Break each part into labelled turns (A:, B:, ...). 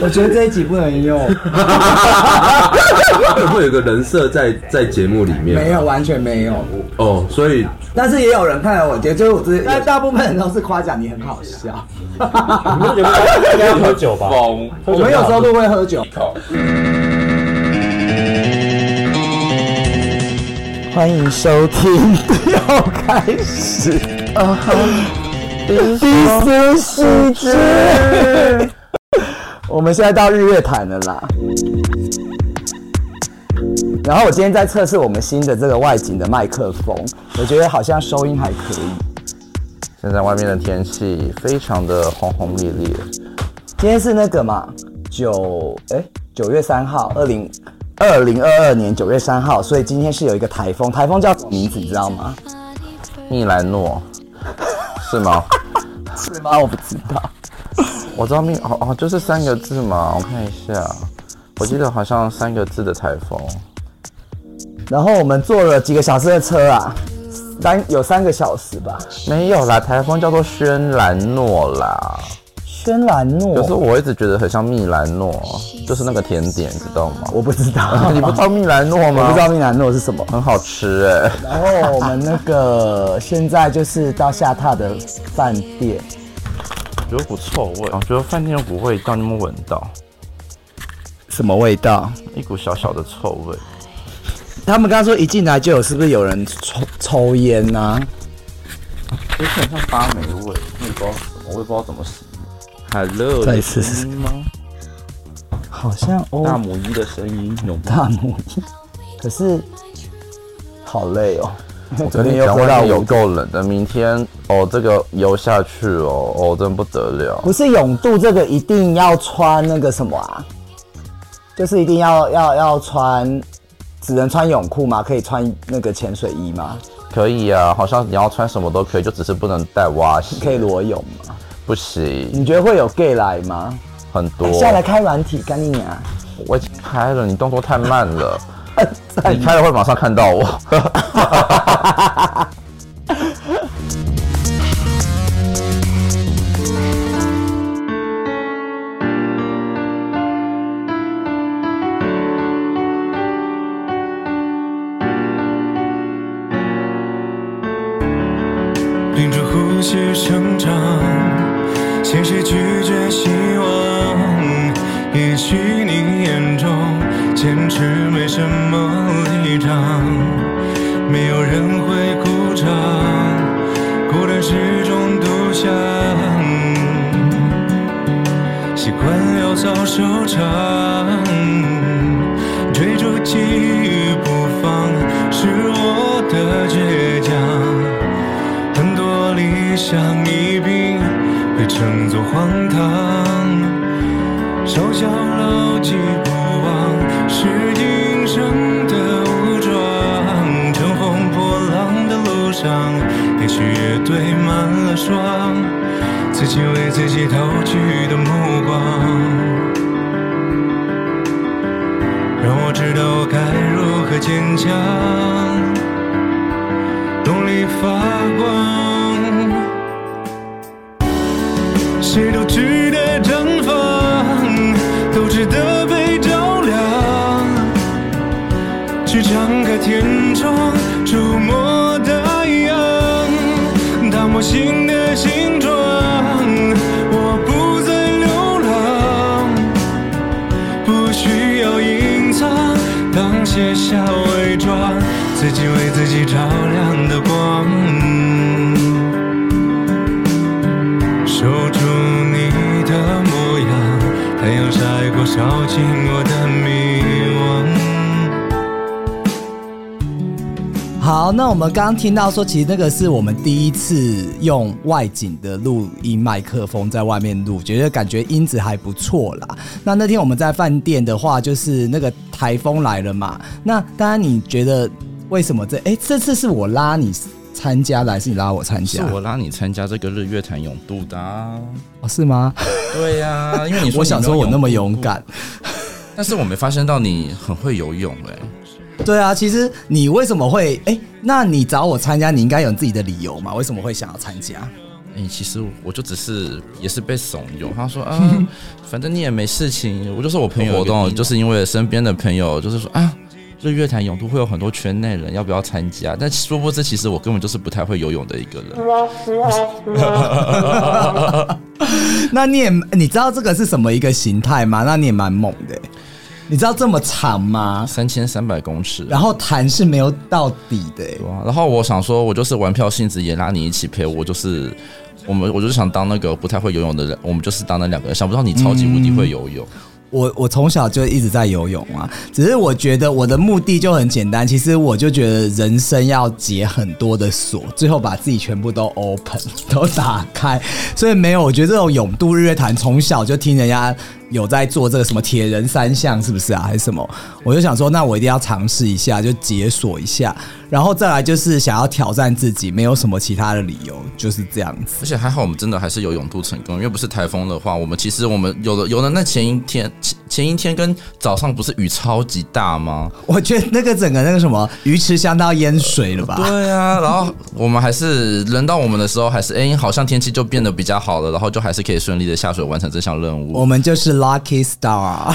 A: 我觉得这一集不能 用，
B: 会有一个人设在在节目里面吗
C: 没有，完全没有。
B: 哦，所以
C: 但是也有人看了我觉得，就是我之
A: 但
C: 前
A: 大部分人都是夸奖你很好笑。
D: 你们有没有应该要喝酒吧？
E: 疯，
D: 喝
C: 我
D: 酒
C: 们有时候都会喝酒。
A: 欢迎收听，要开始
C: 啊
A: 低俗喜剧。 我们现在到日月潭了啦。然后我今天在测试我们新的这个外景的麦克风，我觉得好像收音还可以。
E: 现在外面的天气非常的轰轰烈烈，
A: 今天是那个嘛，九哎九月三号，二零二零二二年九月三号，所以今天是有一个台风，台风叫什么名字你知道吗？
E: 密兰诺是吗？
A: 是吗？我不知道。
E: 我知道密哦哦，就是三个字嘛，我看一下，我记得好像三个字的台风，
A: 然后我们坐了几个小时的车啊，三有三个小时吧。
E: 没有啦，台风叫做轩兰诺啦。
A: 轩兰
E: 有时
A: 诺，
E: 候我一直觉得很像密兰诺，就是那个甜点，知道 吗？
A: 我不知道，
E: 啊你不知道密兰诺
A: 我
E: 吗？
A: 不知道，密兰诺是什么。
E: 很好吃哎、
A: 然后我们那个现在就是到下榻的饭店，
E: 有股臭味，哦我觉得饭店有股味道，你们闻到
A: 什么味道？
E: 一股小小的臭味。
A: 他们刚刚说一进来就有，是不是有人抽抽烟啊呐、
E: 就是很像发霉味，我也不知道什么，我也不知道怎么形容。Hello，
A: 再一次试试
E: 有声音吗？
A: 好像
E: 嗯大
A: 哦，
E: 母鸡的声音有吗？
A: 大母鸡，可是好累哦。
E: 我
A: 昨
E: 跟
A: 天
E: 你
A: 又
E: 讲，
A: 喝
E: 外
A: 到
E: 面有
A: 五度，
E: 够冷的，明天哦，这个游下去哦，哦，真不得了。
A: 不是泳度这个一定要穿那个什么啊？就是一定要要要穿，只能穿泳裤吗？可以穿那个潜水衣吗？
E: 可以啊，好像你要穿什么都可以，就只是不能带蛙
A: 可
E: 鞋，
A: 以裸泳吗？
E: 不行，
A: 你觉得会有 gay 来吗？
E: 很多。
A: 下来开软体，干你娘！
E: 我已经开了，你动作太慢了，
F: 哎
E: 你开了会马上看到我。
G: 屏住呼吸成长，险些拒绝希望，也许你眼中坚持没什么立场，没有人会鼓掌，孤单是种独享，习惯潦草收场，追逐记忆不放是我的倔强。很多理想一并被称作荒唐，手脚牢记不忘是今生的武装。乘风破浪的路上，也许也堆满了霜，自己为自己投去的目光。让我知道我该如何坚强。努力发光，谁都值得绽放，都值得被照亮。去敞开天窗，触摸太阳，打磨新的形状。我不再流浪，不需要隐藏，当卸下伪装，自己为自己照亮的光。守住你的模样，太阳晒过，烧尽我的迷惘。
C: 好，那我们刚刚听到说，其实那个是我们第一次用外景的录音麦克风在外面录，觉得感觉音质还不错啦。那那天我们在饭店的话，就是那个台风来了嘛。那当然，你觉得为什么这？哎、这次是我拉你参加的，还是你拉我 参
F: 是
C: 加？
F: 我拉你参加这个日月潭泳渡的、啊，
C: 哦是吗？
F: 对呀、因为你说
C: 我想说，我那么勇
F: 敢。
C: 敢。
F: 但是我没发现到你很会游泳哎、
C: 对啊，其实你为什么会？哎、那你找我参加，你应该有自己的理由嘛？为什么会想要参加？
E: 哎、其实我就只是也是被怂恿。他说， 嗯，反正你也没事情。我就说我朋友活动，就是因为身边的朋友就是说啊，这乐坛泳都会有很多圈内人，要不要参加？但殊不知，其实我根本就是不太会游泳的一个人。
C: 那你也你知道这个是什么一个形态吗？那你也蛮猛的欸、你知道这么长吗？
E: 三千三百公尺，
C: 然后弹是没有到底的欸、
E: 对啊，然后我想说，我就是玩票性质也拉你一起陪我，就是我们我就是想当那个不太会游泳的人，我们就是当那两个人。想不到你超级无敌会游泳，
C: 我我从小就一直在游泳啊，只是我觉得我的目的就很简单，其实我就觉得人生要解很多的锁，最后把自己全部都 open 都打开，所以没有，我觉得这种泳渡日月潭从小就听人家有在做这个什么铁人三项是不是啊，还是什么，我就想说那我一定要尝试一下，就解锁一下，然后再来就是想要挑战自己，没有什么其他的理由，就是这样子。
E: 而且还好我们真的还是游泳渡成功，因为不是台风的话，我们其实我们有的游的那前一天前前一天跟早上不是雨超级大吗？
C: 我觉得那个整个那个什么鱼池乡都要淹水了吧？
E: 对啊，然后我们还是轮到我们的时候，还是哎、好像天气就变得比较好了，然后就还是可以顺利的下水完成这项任务。
C: 我们就是 lucky star，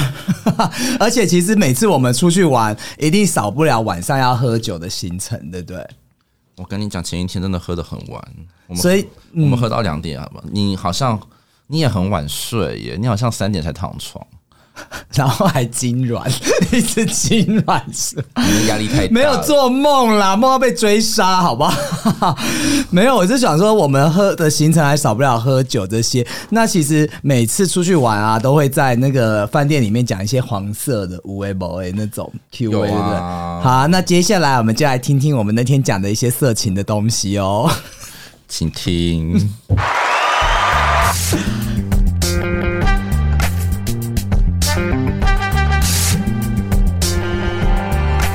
C: 而且其实每次我们出去玩，一定少不了晚上要喝酒的行程，对不对？
E: 我跟你讲，前一天真的喝得很晚，我们
C: 所以嗯
E: 我们喝到两点啊吧？你好像你也很晚睡耶，你好像三点才躺床，
C: 然后还痉挛， 一直痉挛是吧
E: 你的压力太大，
C: 没有。做梦啦，梦到被追杀，好不好？ 没有，我就想说，我们喝的行程还少不了喝酒这些。那其实每次出去玩啊，都会在那个饭店里面讲一些黄色的无为某为那种 Q A，、
E: 有啊
C: 对不对？好，那接下来我们就来听听我们那天讲的一些色情的东西哦。
E: 请听，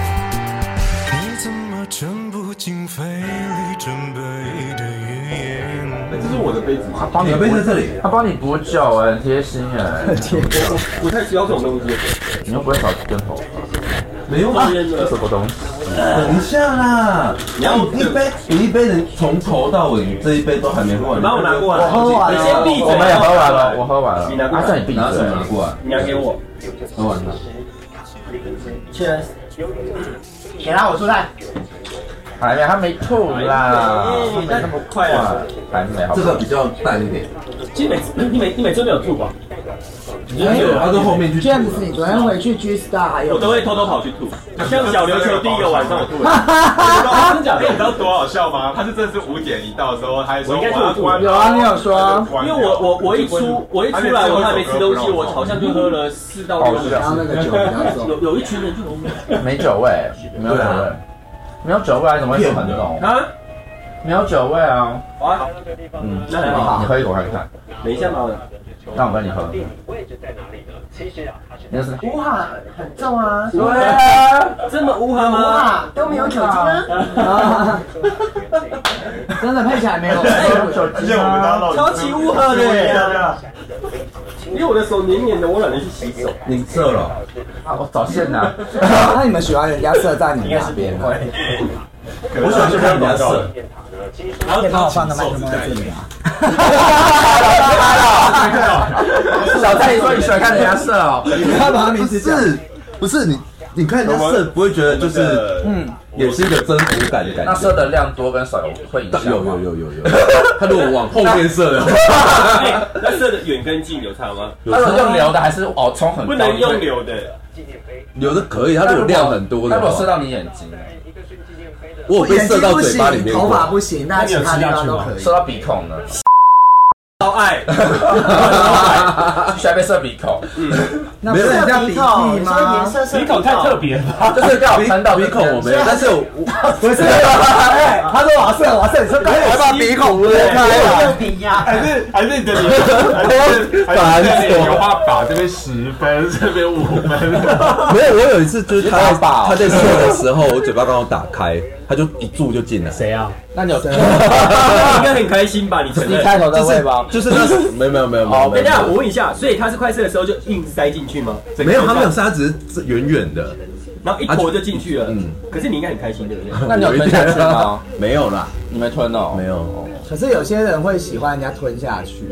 G: 你怎么正不经费力准备的语言？
H: 这是我的杯子，他
I: 帮你
H: 杯子在这里，
I: 他帮你补酒哎，很贴心哎，
H: 我太需要这种东西。
I: 你又不会少根头发，
H: 没有啊，
I: 这什么东西？
H: 等一下啦，你要一杯，你一杯人从头到尾，你这一杯都还没喝完。把我拿过来，我喝完了，
I: 我们也喝完了，我喝完了。阿帅，你闭
H: 拿手
I: 嘴。
H: 拿过来，你要给我，喝完了。
I: 哎还没，他没吐啦，他没那么快啊，还没，好
H: 这
I: 吧
H: 个比较淡一点，
J: 其实每次你每你每周没有吐吧？
H: 他到后面去。
K: James，你昨天回去 G Star 还有
J: 我都会偷偷跑去吐，像小琉球第一个晚上我吐了，真假的？
L: 你知道多好笑吗？他是真的是五点一到的时候，他还说
J: 我应该是
L: 要
J: 我
L: 关
K: 有啊，你有说，
L: 关
J: 因为我我我一出我一出来，我还没吃东西，我好像就喝了四到六
K: 然后那个酒比较重，
J: 有有一群人就很
I: 啊没酒味，没有酒味，没有酒味，怎么会很浓？
J: 啊，
I: 没有酒味啊！
J: 哇，
I: 嗯，
J: 那很
I: 你
J: 好，
I: 喝一口看看，
J: 等一下嘛，
I: 那我跟你喝。你是
K: 五哈很重啊，
J: 对啊，这么乌哈
K: 五
J: 吗？
K: 哈都没有酒精啊，真的配起来没有酒
L: 而且我们大家都
J: 超级乌哈的，因为我的手黏黏的，我懒得去洗手。
H: 你射了，
I: 啊，我早现呐，
M: 那你们喜欢人家射在你那边 吗？
H: 我喜欢去看人家射。
J: 然后
M: 帮我放个麦克风在这里啊！
I: 哦小蔡，你说你喜欢看人家射哦？
M: 你要把他名
H: 不
M: 字讲。
H: 是，不是你，你看人家射不会觉得就是，嗯，也是一个征服感的感
I: 那
H: 觉。
I: 射的量多跟少有会影响吗？
H: 有有有 有有，他如果往后面射的话，
J: 哎，那射的远跟近有差吗？
I: 他如果用流的还是哦冲很高？
J: 不能用。流的，
H: 有的可以，他如果量很多
I: 那
H: 的
I: 如果射
H: 话，
I: 到你眼睛呢，
H: 我有被
K: 眼
H: 射
K: 睛
H: 到
K: 不
H: 嘴
K: 行
H: 巴里，面
K: 头发
H: 过。
K: 不行，那其他地方都可以。
I: 射到鼻孔呢？
J: 超爱。
I: 居然被射鼻孔，
K: 那不是叫鼻
M: 那不是叫鼻
K: 孔，
M: 涕
K: 你
M: 吗
K: 说颜色是
N: 鼻孔太特别了吧？
I: 就是刚好喷到
H: 鼻孔我没有，但是我
M: 不是，哎，他说我要射，我要射，你说刚才把鼻孔勒开了，
K: 鼻呀，
L: 还是还是你的脸，还是还是你的油画把这边十分，这边五分，
H: 没有。我有一次就是他在
I: 打靶哦
H: 他在射的时候，我嘴巴刚好打开，他就一注就进来。
N: 谁啊？
I: 那你有
J: 那你 应该很开心吧？你承认？
I: 开头在喂吧？
H: 就是那时没有没有没有没有，
J: 等一下，我问一下，所以他是快射的时候就硬塞进去吗？
H: 没有他没有射，他只是远远的。
J: 然后一坨就进去了。可是你应该很开心，对不对？
I: 那你有吞下去吗？
H: 没有啦，
I: 你没吞哦。
H: 没有。
C: 可是有些人会喜欢人家吞下去，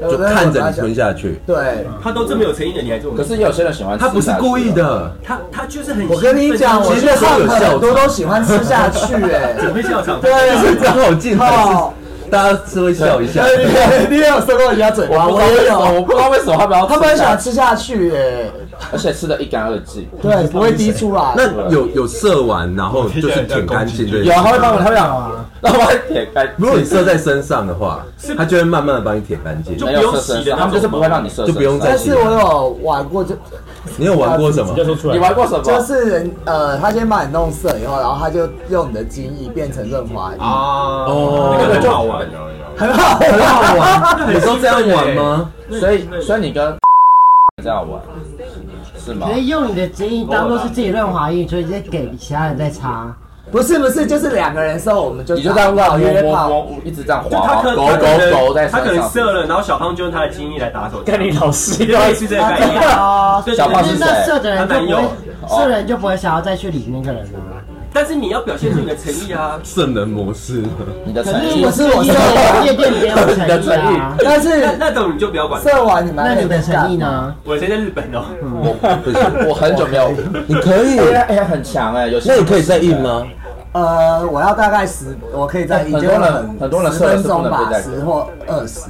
H: 就看着你吞下去。
C: 对，
J: 他都这么有诚意了，你还这么？
E: 可是有些人喜欢吃
H: 他不是故意的，
J: 他他就是很。
C: 我跟你讲，我
H: 其
C: 觉
H: 实
C: 得
H: 都有效
C: 很
H: 果
C: 多都喜欢吃下去、哎，
J: 怎么会笑场？
C: 对啊，
H: 这好近
C: 哦，
H: 大家是会笑一下。
C: 对你也有收过人家嘴巴，我也有，
E: 我不知道为什么他们要，
C: 他们很喜欢，吃下去、哎，
E: 而且吃的一干二净。
C: 对，不会滴出来。
H: 那有有射完，然后就是舔干净对
E: 有，。啊他会帮我，他会讲，那我还舔干净，
H: 如果你射在身上的话，他就会慢慢的帮你舔干净。
E: 没有射身上，他们就是不会让你射身上，
H: 就不用再
C: 但是我有玩过就，
H: 你有玩过什么？
O: 说出来
E: 你。玩过什么？
C: 就是人呃，他先把你弄色以后，然后他就用你的精液变成润滑液，
J: 啊，
H: 哦，
J: 那个就好玩。
C: 很好很好玩。
H: 你都这样玩吗？
E: 所以所以你跟这样玩是吗
P: 可？以用你的精液当做是自己润滑液，所以直接给其他人在擦。
C: 不是不是，就是两个人的时候我们就
E: 你就这样
C: 打
E: 绕
C: 约
E: 摸摸
C: 炮，
E: 摸，一直这样
J: 就他
E: 滑，
J: 可
E: 狗
J: 他可
E: 狗狗在
J: 能他可
E: 身
J: 能
E: 上。
J: 射了，然后小胖就用他的精液来打手枪，
O: 跟你老师
J: 类似这个概念。
P: 哦，
J: 对
E: 小胖
P: 可
E: 是
P: 是
E: 谁
P: 那射的人就不
J: 他男
P: 会
J: 友，
P: 射的人就不会想要再去理那个人了。
J: 但是你要表现出你的诚意啊！
H: 圣人模式，
E: 你的
P: 可
E: 诚
P: 是
E: 意
P: 我是我是夜店没有诚意啊，
C: 但
J: 那
C: 是
J: 那种你就不要管。
C: 射完你们还
P: 那
C: 可以
P: 你的诚意
C: 干嘛？
P: 呢？
J: 我现在在日本哦，
E: 不是，我很久没有，
H: 你可以
E: 哎呀哎呀很强哎，有些
H: 那你可以再硬？吗？
C: 呃，我要大概十，我可以在
E: 很多人很多人
C: 十
E: 射的
C: 分
E: 是不
C: 钟
E: 能
C: 吧
E: 被，带
C: 十或二十，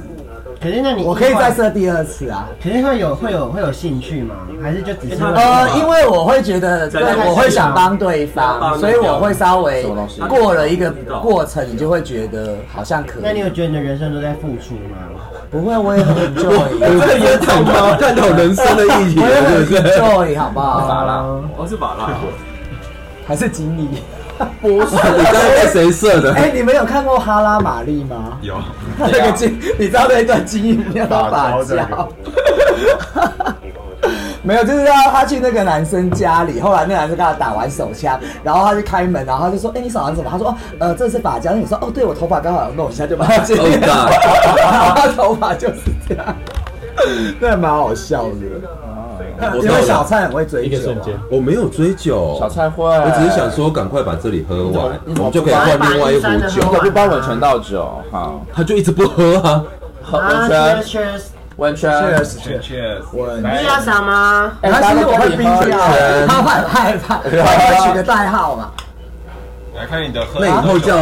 P: 可是那你
C: 我可以再射第二次啊。
P: 肯定会有会有会有兴趣吗？还是就只是会
C: 呃，因为我会觉得，对
J: 在那，边
C: 我会想帮对方，所以我会稍微
E: 什么东西
C: 过了一个过程，你就会觉得好像可
P: 那你
C: 以。
P: 有觉得你的人生都在付出吗？
C: 不会，我也很 enjoy，
H: 这也探讨探讨人生的意义
C: 我也
H: 了，
C: 很
H: 对不对？
C: enjoy，好不好？
O: 啊
J: 我是把拉。
C: 还是锦鲤。
H: 你刚才被谁射的？
C: 哎，你们有看过《哈拉玛丽》吗？
L: 有，
C: 那个金，你知道那一段金银要打
L: 打交
C: 架。 没有，就是他他去那个男生家里，后来那个男生跟他打完手枪，然后他就开门，然后他就说：“哎、你手上什么？”他说：“哦，呃，这是发夹。”那你说：“哦，对，我头发刚好有弄一下，就把它剪掉。”
H: Oh
C: 他哦头发就是这样，那蛮好笑的。
H: 我
C: 因
H: 到
C: 为
H: 了
C: 小蔡很会追
O: 一个
C: 酒
O: 瞬间，
H: 我没有追酒，
E: 小菜会，
H: 我
E: 我
H: 只是想说赶快把这里喝完，
E: 你
H: 我
E: 怎么
H: 们就可以换另外一壶
E: 你
H: 酒。
E: 可不帮我全倒酒哈，
H: 他就一直不喝啊，
E: 喝温
P: 啊，cheers
E: 泉
P: cheers，
E: 温
C: 确
E: 泉，
C: 实，
L: 确实，
C: 我
P: 你要啥吗？
E: 哎
C: 他其实我会逼掉
H: 哎，
C: 他很害怕，他会取个代号嘛。
L: 来看你的喝
H: 那以后叫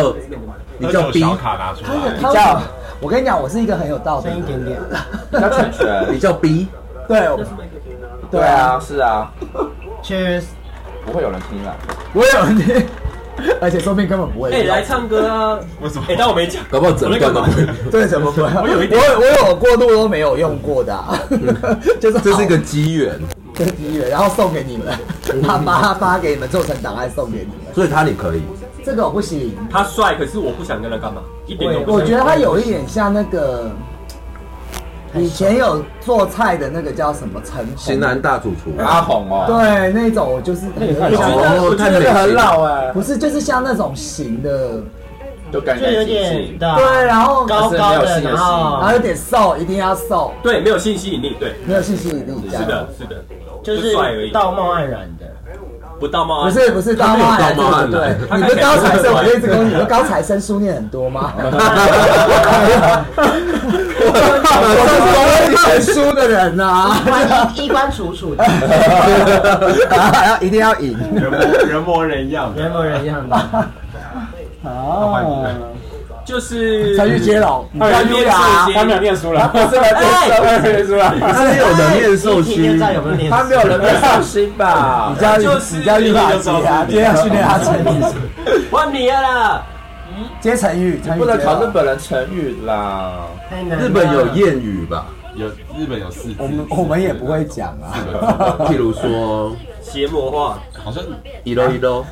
H: 你叫
L: 喝酒
H: B，
L: 小卡拿出
C: 他
L: 来，
C: 他会，我跟你讲，我是一个很有道德
P: 深一
C: 的人。
P: 点点，
E: 叫全全
H: 你，叫 B，
C: 对，我
E: 对啊，是啊，
P: ，cheers，
E: 不会有人听啊。
C: 我有听， 而且说不定根本不会
J: 哎，
C: 用。
J: 来唱歌啊！
L: 为什么
J: 哎，？但我没讲，
H: 搞不好整段都不会。
C: 对，怎么不会？我
J: 有一点
C: 我有过路都没有用过的啊， 就是
H: 这是一
C: 好
H: 个机缘，
C: 这是机缘，然后送给你们，他发发给你们做成档案送给你们。
H: 所以他你可以。
C: 这个我不行，
J: 他帅，可是我不想跟他干嘛，一点都不
C: 我
J: 想。
C: 我觉得他有一点像那个。以前有做菜的那个叫什么陈红
H: 型男大主厨
E: 阿红哦，
C: 对，那种我就是
O: 太老
C: 像
H: 哦，太美
E: 这个很
H: 型了。
E: 老哎，
C: 不是就是像那种型的，
E: 就感
P: 就
E: 觉
P: 有点的，
C: 对，然后
P: 高高
E: 但是
P: 的，
E: 没有信任
P: 然
C: 然后
P: 后
C: 有点瘦，一定要瘦，
J: 对，没有性吸引力，对，
C: 没有信心一定这
J: 是
C: 样。
J: 的，是的，
P: 就是
J: 帅而已，
P: 道貌岸然的，
J: 不道貌
C: 不
J: 岸
C: 是不是
H: 他
C: 高
H: 没有
C: 材生
H: 高帽，案
C: 对
H: 啊，
C: 你不是高材生，我就一直跟你说高材生书念很多吗？我是不会念书的人啊，
P: 衣冠衣冠楚楚的，
C: 还要一定要赢。
L: 人模人模人样，
P: 人模人样的，
C: 哦，
J: 就是
C: 才去接龙，你
O: 他
C: 不要
O: 们
C: 优
O: 念
C: 雅啊
O: 书，他没有念书了，他是
J: 哎
O: 没有念书了，
H: 他没有能念受
P: 你体
H: 虚
P: 验，在有没有练？
E: 他没有人会上心吧
C: 你？叫
J: 就是
C: 你叫玉法姐啊，今天要训练他成语，
J: 换你了啦，
C: 接成语，成语
E: 不能
C: 接龙
E: 考日本人成语啦。
P: 太难了
H: 日本有谚语吧？
L: 有日本有四字，
C: 我们我们也不会讲啊。
H: 譬如说
J: 邪魔化，
L: 好像
H: 一楼一楼，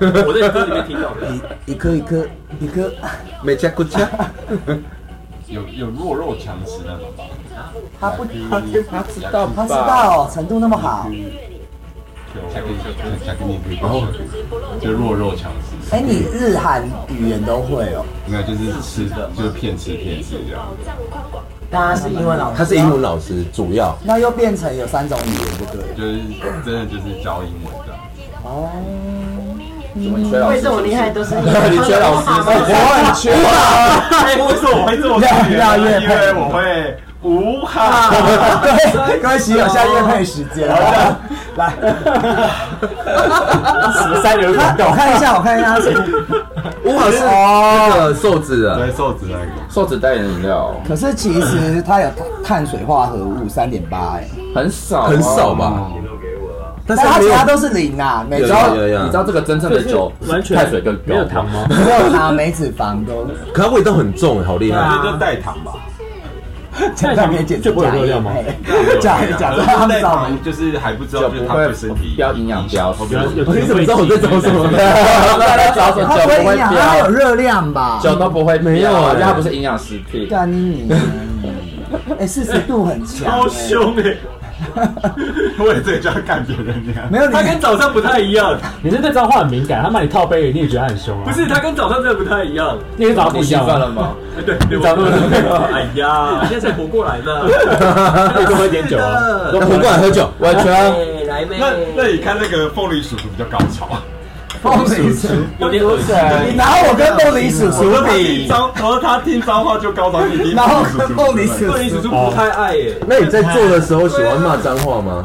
J: 我在歌里面听到 的。
C: 一颗一颗一颗，
H: 美加古加，
L: 有有弱肉强食那种吧。
C: 他不
E: 他知道吧？
C: 他知道程度那么好，
L: 下个下个你可以，然后就弱肉强食，
C: 哎，你日韩语言都会哦。
L: 没有就是吃就是骗吃骗吃这样。
P: 大家是英文老师，
H: 他是英文老师，主要
C: 那又变成 有三种语言，就对了。
L: 就是真的就是教英文的。
C: 哦，
P: 为什么厉害 都是你？
L: 你缺老师是不是
P: 我很缺啊
L: 哎，不是我会做 这个，
J: 啊
L: 因为我会无哈。
C: 对，恭喜有下夜配时 间，来，
Q: 十三流广告
C: 我看一下，我看一 下是。
E: 乌好是那个瘦子的，
L: 对瘦子那个
E: 瘦子代言饮料
C: 可是其实它有碳水化合物三点八，哎，
E: 很少啊
C: 很少吧？但是它其他都是零啊，
E: 你
C: 每
E: 知
C: 周
E: 道哦你知道这个真正的酒
C: 完全
E: 碳水更高，没有糖吗？
C: 没有糖、没脂肪都。
H: 可它味道很重，好厉害。
L: 就代糖 吧，
C: 这样可以减哎
L: 就不会有热量吗
C: 假假装他
L: 他
C: 们知道
L: 糖就是还不知道，就是糖对身体
E: 标营养标识。
L: 你怎么知道
E: 我在找什么大家找什么
C: 它
E: 酒
C: 不
E: 不
C: 会
E: 会
C: 营养，它有
E: 标，
C: 热量吧？
E: 酒都不会标，
C: 没有啊
E: 因为它不是营养食品。
C: 干你娘！哎，四十度很强，
L: 超
J: 啊
L: 凶哎！ 为了这个就要干别人那样，
C: 哎没有
Q: 他跟早上不太一样，你是对脏话很敏感，他骂你套杯，你也觉得他很凶啊？
J: 不是，他跟早上真的不太一样。
Q: 那天早上不一样啊？
J: 哎对，对，
Q: 早上不一样
J: 哎呀，现在才活过来呢。
Q: 你多喝一点酒啊，
J: 那
H: 活过来喝酒
E: 完全啊
J: 哎来妹，
L: 那那你看那个凤梨叔叔比较高潮，
C: 凤梨叔
J: 有点恶心。
C: 你拿我跟凤梨叔叔
L: 他听
C: 比，
L: 脏，然后他听脏话就高潮，你听
C: 然后
L: 凤梨
C: 凤梨
L: 叔
C: 叔
J: 凤梨叔
C: 叔
J: 叔不太爱耶，
H: 那你在做的时候喜欢骂脏话吗？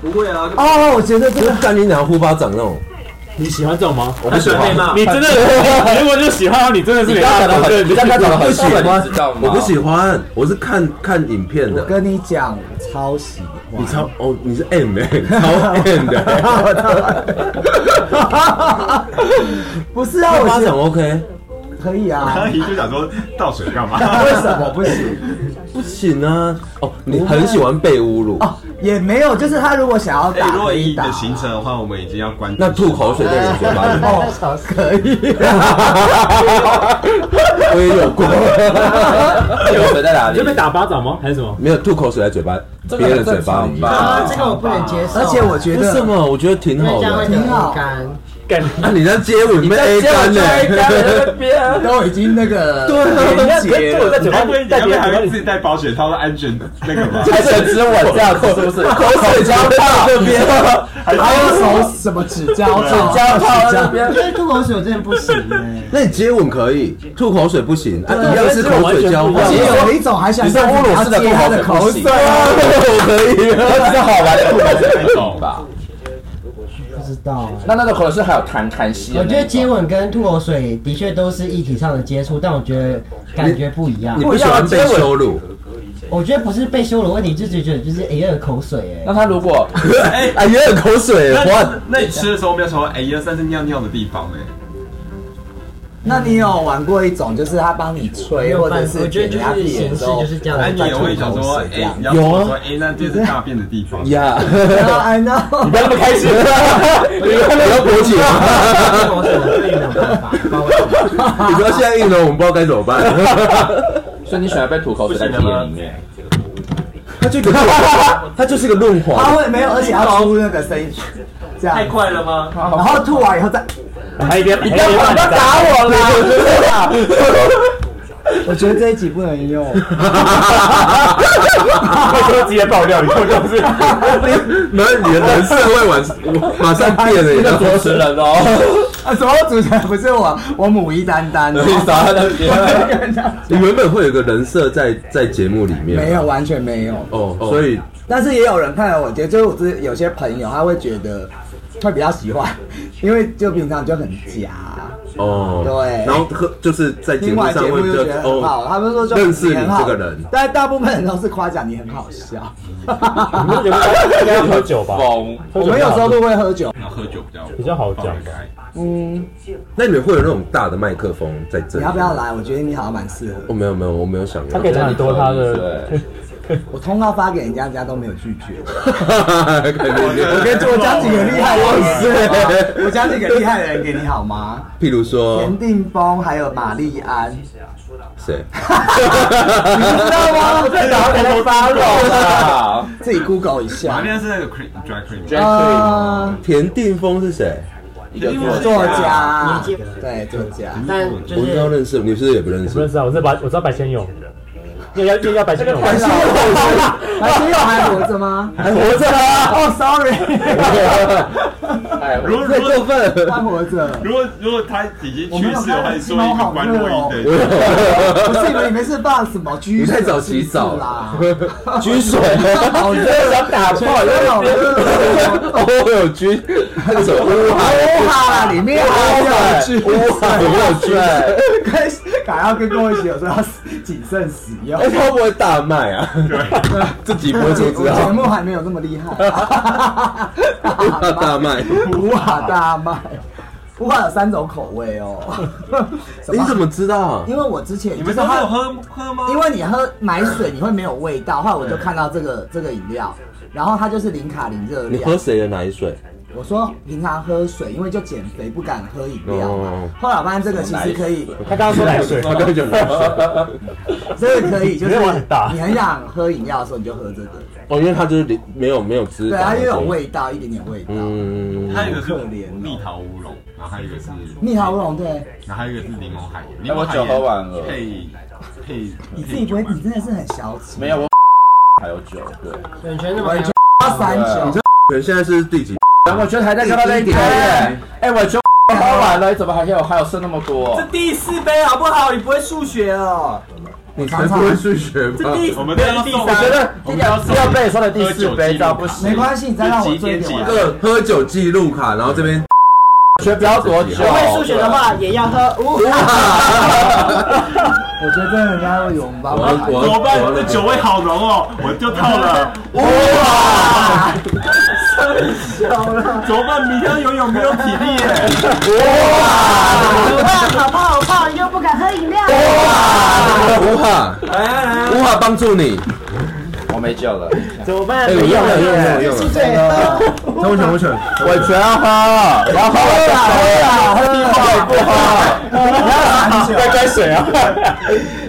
J: 不会啊，
C: 哦，我觉得这
H: 就
C: 个
H: 是干你娘呼巴掌那种，
Q: 你喜欢这种吗？
H: 我不喜
J: 喜欢
H: 欢
J: 被。骂。
Q: 你真的，你如果就喜欢，你真的是
E: 你
Q: 没
E: 刚
Q: 办
E: 刚讲
Q: 法
E: 的
Q: 对
E: 很，你刚刚讲的
H: 不
E: 很
H: 喜欢
E: 你知道吗？
H: 我不喜欢，我是看看影片的。
C: 跟你讲，我超喜
H: 你
C: 欢。
H: 超哦，你是 M 哎、超 M 的、
C: 不是啊，
H: 欸，
C: 我
H: 巴
C: 觉
H: 掌
C: 得
H: OK，
C: 可以啊
L: 他。一就想说倒水干嘛？
C: 为什么不行？
H: 不行啊。哦，你很喜欢被侮辱，
C: 哦，也没有，就是他如果想要
L: 哎，
C: 打，
L: 如果
C: 可
L: 以
C: 以
L: 你
C: 打
L: 的。行程的话，我们已经要关。
H: 那吐口水在你嘴巴里，
C: 哦，可以。
H: 我也有过，
E: 有水在哪
Q: 你就被
E: 里？
Q: 打巴掌吗？还是什么？
H: 没有吐口水在嘴巴别人嘴巴里。
P: 啊，这个我不能接受，
C: 而且我觉
H: 为什
C: 得，
H: 么？我觉得挺
P: 因为
H: 好
P: 这样会
H: 的。
P: 很不干。
Q: 干，
H: 那你在接吻被 A 干呢、
C: 都已经那个
Q: 你
C: 连
H: 啊
Q: 看，可
C: 接
Q: 是我
C: 了
Q: 在嘴
L: 你
Q: 巴
L: 还不会，
Q: 里，
L: 你
Q: 在
L: 还
Q: 别
L: 会
Q: 人
L: 还
Q: 嘴巴
L: 会
Q: 里
L: 自己带保险套的安全那个吗？
E: 他想指我这样子是不是？ 口水交泡这边，
L: 还
C: 还有手什么指胶套？
E: 交泡那边。
P: 因为吐口水我真的不行哎，
H: 那你接吻可以，吐口水不行，啊，一样是口水交
Q: 我觉得这个完全不一。
C: 其实有
H: 换
C: 一种还想
E: 你是侮辱式的
C: 接他的口水，
E: 我可以，我只是好玩的吐口水
H: 哎啊
L: 那种
E: 吧。
C: 不知道啊。
E: 那那种口水是还有弹弹吸的
P: 我
E: 那种，
P: 觉得接吻跟吐口水的确都是一体上的接触，但我觉得感觉不一样
H: 你。不喜欢被羞辱，
P: 我觉得不是被羞辱问题，就是觉得就是哎，有点口水
E: 那他如果
L: 哎
H: 哎，也有口水，
L: 那
H: 换
L: 那你吃的时候没有想到，哎一二三是尿尿的地方哎，
C: 那你有玩过一种，就是他帮你吹，或者是
P: 我觉得
C: 给
P: 就
C: 他
P: 是
C: 点
P: 形
C: 的
P: 式
C: 时候
P: 就是这样
L: 哎
P: 子
L: 你也会想说，哎你要说，哎那这是大便的地方。
H: 呀，
C: I know，
E: 不要那么开心，
H: 你要勃起吗？
P: 吐口水我真的没有办法，不知道为什么
H: 你不要现在硬了，我们不知道该怎么办。
E: 所以你喜欢被吐口水在屁眼里面，
H: 它就它就是个润
C: 他
H: 滑，
C: 会没有，而且要出那个声音，这样
J: 太，快了吗？
C: 然后吐完以后再，
Q: 还一边，还一边骂你脏话
C: 打我啦！我觉得这一集不能用，
Q: 会说直接爆料，你根本就是。
H: 然后你的人设会晚马上变了，你知道
E: 那
H: 吗
E: 主持人哦，
C: 啊，什么主持人不是我，我母一丹丹 哦，
E: 你傻在那边，
H: 你原本会有一个人设在在节目里面，
C: 没有，完全没有。
H: 哦，所以
C: 但是也有人看了我觉得，就是我这有些朋友他会觉得会比较喜欢， 因为就平常就很假。
H: 哦，
C: 对
H: 然后喝就是在节
C: 听
H: 目
C: 完节
H: 上
C: 目
H: 会
C: 就觉
H: 比
C: 得哦
H: 较哦
C: 很好，他们说就
H: 认识你
C: 很好
H: 这个人，
C: 但大部分人都是夸奖你很好笑。
Q: 你们有没有应该要喝酒吧？
E: 疯，
C: 我们有时候都会喝酒，
L: 然后喝酒比较
Q: 比较好讲吧。
H: 那你们会有那种大的麦克风在这
C: 你
H: 里？
C: 要不要？来？我觉得你好像蛮适合。
H: 哦，没有没有，我没有想
Q: 他
H: 要
Q: 可。以拿很多他的，
E: 对，
C: 我通告发给人家，人家都没有拒绝。
H: 肯定没有，
C: 我跟我讲几个厉害的
H: 哇
C: 人，
H: 塞
C: 我讲几个厉害的人给你好吗？
H: 譬如说
C: 田定峰还有玛丽安，你
H: 谁？
C: 知道吗？
E: 发肉啊，
C: 自己 Google 一下
L: 旁。边是那个 cream dry cream，
C: 呃，
H: 田定峰是谁？
E: 一个
C: 作家，对作家，
P: 但
H: 我
P: 就
H: 不知道
P: 是
H: 认识，你是不是也不认
Q: 我不
H: 识？
Q: 知道，我知道白，我知道白先勇。要要要要白先勇吗，
C: 还是又还活着吗？
H: 活着啊！
C: 哦，sorry，
J: 哎
L: 如果如果
J: 还活着。
L: 如果如果他已经
J: 我们
L: 去
J: 有
L: 世的话，
J: 看
L: 你
J: 鸡
L: 说一
J: 毛
L: 个
J: 好
L: 关
J: 热
L: 洛
J: 哦，
L: 伊的，
J: 我是以为你们是放什么居
H: 你
J: 水
H: 太早洗澡
J: 啦，
H: 居水
J: 好热，
H: 想打炮
J: 真的好热，
H: 我有居，那种乌哈
J: 乌哈啦，里面还有居水
H: 乌哈有没有居水？
J: 开始改要跟各位学友说要谨慎使用。
H: 哎，他会不会大卖啊？自己播出
J: 我
H: 之
J: 节
H: 后，
J: 目还没有那么厉害，
H: 乌哈大卖。
J: 五瓦大卖，五瓦有三种口 味哦。什
H: 你怎么知道？
J: 因为我之前
H: 你们
J: 就是它
H: 都没
J: 喝吗？因为你喝买水你会没有味道，后来我就看到这个这个饮料，然后它就是零卡零热
H: 你
J: 量
H: 喝。谁的奶水？
J: 我说平常喝水，因为就减肥不敢喝饮料嘛
H: 哦。
J: 后来我发现这个其实可以，
H: 他刚刚说奶水他刚刚讲奶水
J: 这个可以，就是
H: 因为我很大
J: 你很想喝饮料的时候你就喝这个，
H: 哦，因为它就是没有没有汁，
J: 对，它又有味。道，一点点味道。
H: 嗯，
L: 还有一个是蜜桃乌龙，然后还有一个是
C: 哦
J: 蜜桃乌龙对，
L: 然后还有一个是柠檬海盐，
E: 哎我酒喝完了
L: 配配
J: 你自己不会，你真的是很小 气。
E: 没有我还有酒，对，
J: 选全
E: 么
J: 完全三
H: 你
J: 九
H: 这，人现在是第几？
E: 哎我觉得还在看到那一点，哎，我酒喝完了，哦怎么还有还有剩那么多？
J: 第四杯好不好？你不会数学哦。
H: 你才不会数学吧？
L: 我们都要送，
E: 我觉得
L: 我们都要送
E: 第二杯也算了第四杯，这样不行。
J: 没关系，你再让我做一
L: 几
J: 点
L: 点
J: 完
L: 几。
H: 喝喝酒记录卡，然后这边
E: 学不要多久，
H: 会
P: 数学的话也要喝。 呜
J: 我觉得真的人家会有吧。
L: 我怎么办？我的酒味好浓哦，我就套 了。
H: 啊
J: 笑了，
L: 怎么办？明天游泳没有体力耶。
H: 啊
P: 好不好泡你就不敢喝饮料。
H: 无法，无法啊帮助你。
E: 我没酒了，
P: 怎么办
H: 哎，我用了用了用了。那我选我选，我全要喝，我要喝了，喝了，喝不喝？乖乖水啊！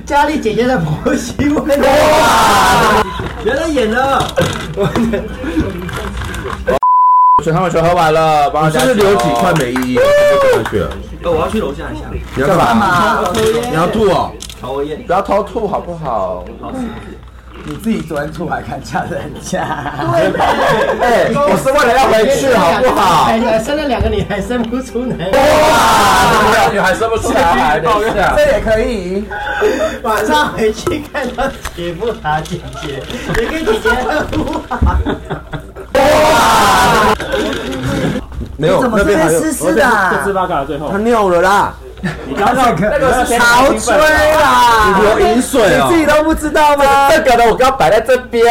P: 佳丽姐姐的婆媳问。
J: 原来演了。
H: 我选他们全喝完了，帮他就是留几块没意义，不去了。
R: 哦，我要去楼下一下。
H: 你要干嘛？你要吐哦？
R: 抽烟。
E: 不要偷吐好不好？
J: 你自己昨天出来看吓人家。
E: 哎，我是为了要回去好不好？
P: 哎
E: 哦
P: 生了两个女孩，生不出男。
E: 哇，女孩生不出男孩，等一下
J: 这。也可以。
P: 晚上回去看到姐夫打姐姐，也跟姐姐喝不好。
H: 没有，
J: 你怎么
H: 那边还有
J: 这边湿湿的啊
H: 那边
J: 这芝
S: 巴嘎最后
H: 他尿了啦，
S: 你刚刚
J: 那
E: 个是
J: 潮吹啦，
H: 你流饮水啊
E: 哦
J: 你自己都不知道吗？
E: 这个呢，我刚摆在这边。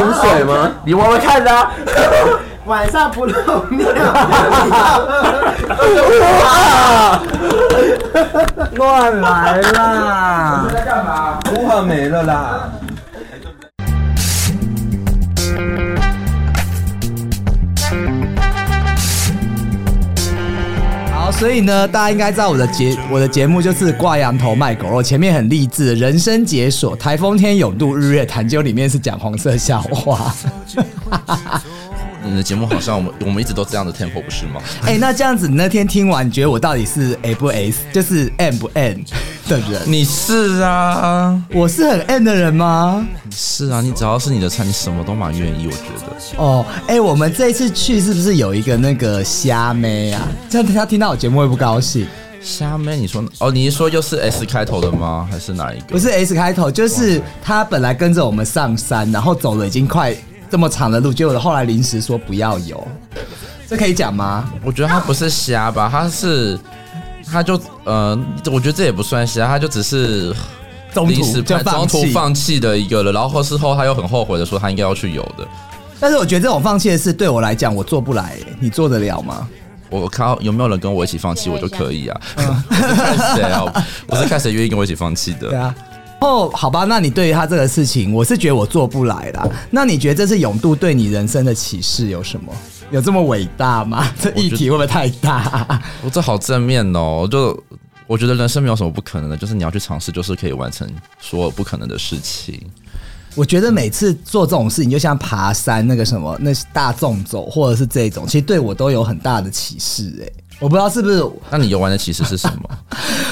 H: 饮水吗？
E: 哦你闻闻看啊，
P: 晚上不露面，
J: 乱来啦！
H: 无法没了啦。
C: 好，所以呢，大家应该知道我的节我的节目就是挂羊头卖狗肉，前面很励志，人生解锁，台风天永渡日月潭，结果里面是讲黄色笑话。
E: 你的节目好像我们我们一直都这样的 tempo 不是吗？
C: 哎、那这样子，你那天听完，你觉得我到底是 A 不 S，就是 M 不 N 的人？
E: 你是啊，
C: 我是很 N 的人吗？
E: 是啊，你只要是你的菜，你什么都蛮愿意，我觉得。
C: 哦，哎、我们这次去是不是有一个那个虾妹啊？这样她听到我节目会不高兴？
E: 虾妹，你说哦，你是说又是 S 开头的吗？还是哪一个？
C: 不是 S 开头，就是她本来跟着我们上山，然后走了已经快这么长的路，结果后来临时说不要游，这可以讲吗？
E: 我觉得他不是虾吧，他是，他就呃，我觉得这也不算虾，他就只是
C: 中途
E: 临时
C: 就放
E: 中途
C: 弃
E: 放弃的一个了。然后事后他又很后悔的说他应该要去游的。
C: 但是我觉得这种放弃的事对我来讲，我做不来、你做得了吗？
E: 我看到有没有人跟我一起放弃，我就可以啊。 我是看谁啊？我是看谁愿意跟我一起放弃的。
C: 对啊。然后好吧，那你对于他这个事情，我是觉得我做不来啦。那你觉得这次永度对你人生的启示有什么？有这么伟大吗？这议题会不会太大？
E: 我这好正面哦，就我觉得人生没有什么不可能的，就是你要去尝试，就是可以完成所有不可能的事情。
C: 我觉得每次做这种事情，就像爬山那个什么，那是大众走或者是这种，其实对我都有很大的启示、欸。我不知道是不是
E: 那你游玩的其实是什么？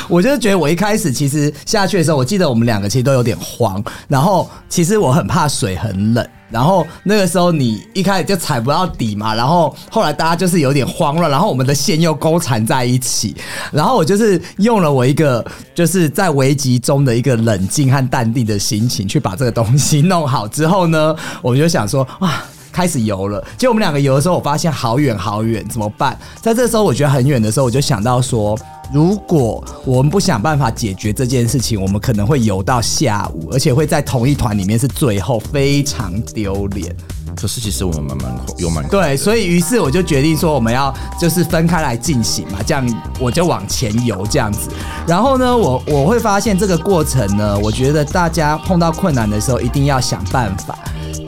C: 我就是觉得我一开始其实下去的时候，我记得我们两个其实都有点慌，然后其实我很怕水很冷，然后那个时候你一开始就踩不到底嘛，然后后来大家就是有点慌乱，然后我们的线又勾缠在一起，然后我就是用了我一个就是在危急中的一个冷静和淡定的心情去把这个东西弄好之后呢，我就想说哇。开始游了，结果我们两个游的时候，我发现好远好远，怎么办？在这时候我觉得很远的时候，我就想到说，如果我们不想办法解决这件事情，我们可能会游到下午，而且会在同一团里面是最后，非常丢脸。
F: 可是其实我们蛮蛮有蛮
C: 对，所以于是我就决定说，我们要就是分开来进行嘛，这样我就往前游这样子。然后呢，我我会发现这个过程呢，我觉得大家碰到困难的时候，一定要想办法，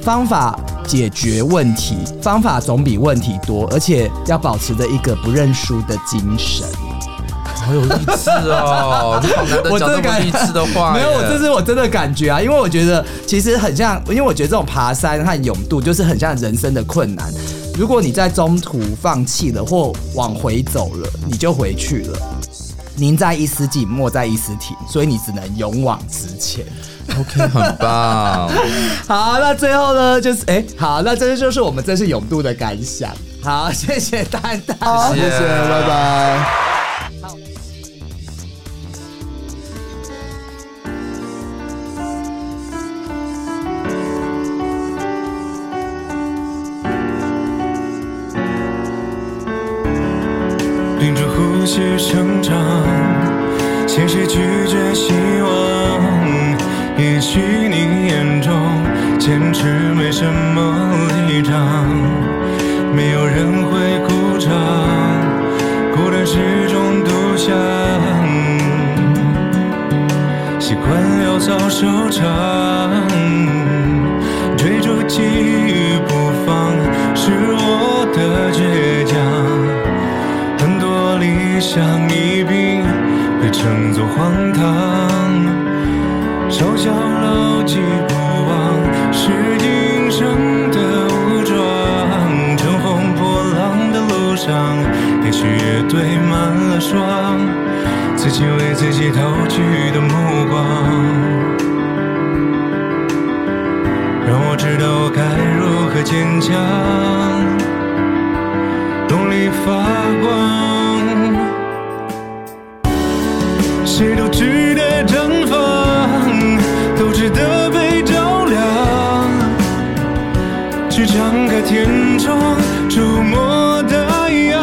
C: 方法解决问题，方法总比问题多，而且要保持着一个不认输的精神。
F: 好有意志哦，你好难得
C: 我
F: 讲
C: 真的
F: 这么
C: 感
F: 励志的话耶。
C: 没有，我这是我真的感觉啊，因为我觉得其实很像，因为我觉得这种爬山和勇度就是很像人生的困难。如果你在中途放弃了或往回走了，你就回去了。宁在一丝寂，莫在一丝停，所以你只能勇往直前。
F: OK，很棒。
C: 好，那最后呢，就是哎、好，那这就是我们这次勇度的感想。好，谢谢丹丹，
H: 谢谢拜拜。
G: 领着呼吸成长，险些拒绝希望。也许你眼中坚持没什么立场，没有人会鼓掌，孤单是种独享，习惯潦草收场。追逐记忆不放，是我的倔强。很多理想一并被称作荒唐，手脚牢记不忘是今生的武装。乘风破浪的路上，也许也堆满了霜，自己为自己投去的目光，让我知道我该如何坚强。努力发光，谁都值得绽放，都值得被照亮。去敞开天窗，触摸太阳，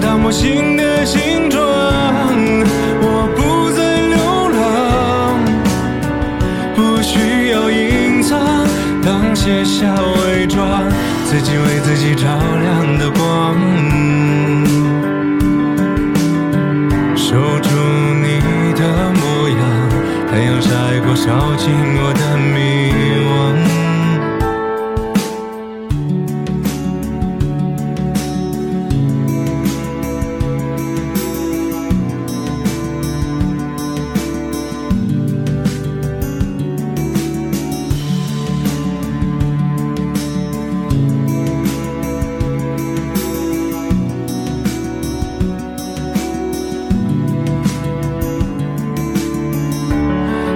G: 打磨新的形状。我不再流浪，不需要隐藏，当卸下伪装，自己为自己照亮的光。守住你的模样，太阳晒过，烧尽我的迷惘。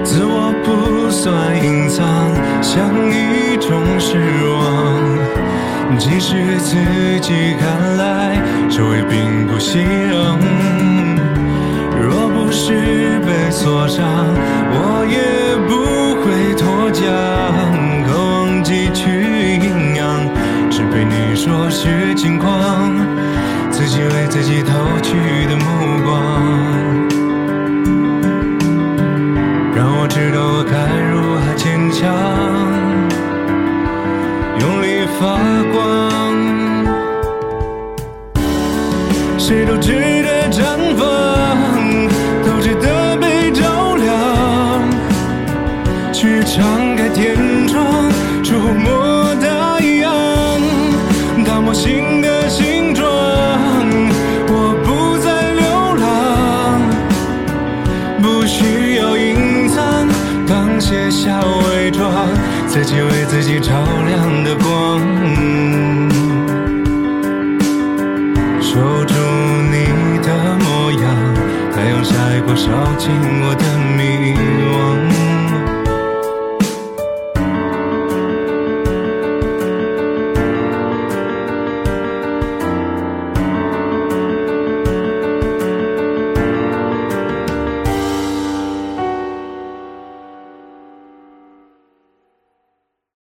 G: 自我不算隐藏，像一种失望。即使自己看来周围并不熙攘，若不是被挫伤，我也不会脱缰。渴望汲取营养，只被你说是轻狂，自己为自己投去的目光。让我知道我该如何坚强，用力发光。谁都值得绽放，都值得被照亮。去敞开天窗，触摸太阳，打磨新的形状。我不再流浪。不需要隐藏，当卸下伪装，自己为自己照亮的光。守住你的模样，太阳晒过，烧尽我的迷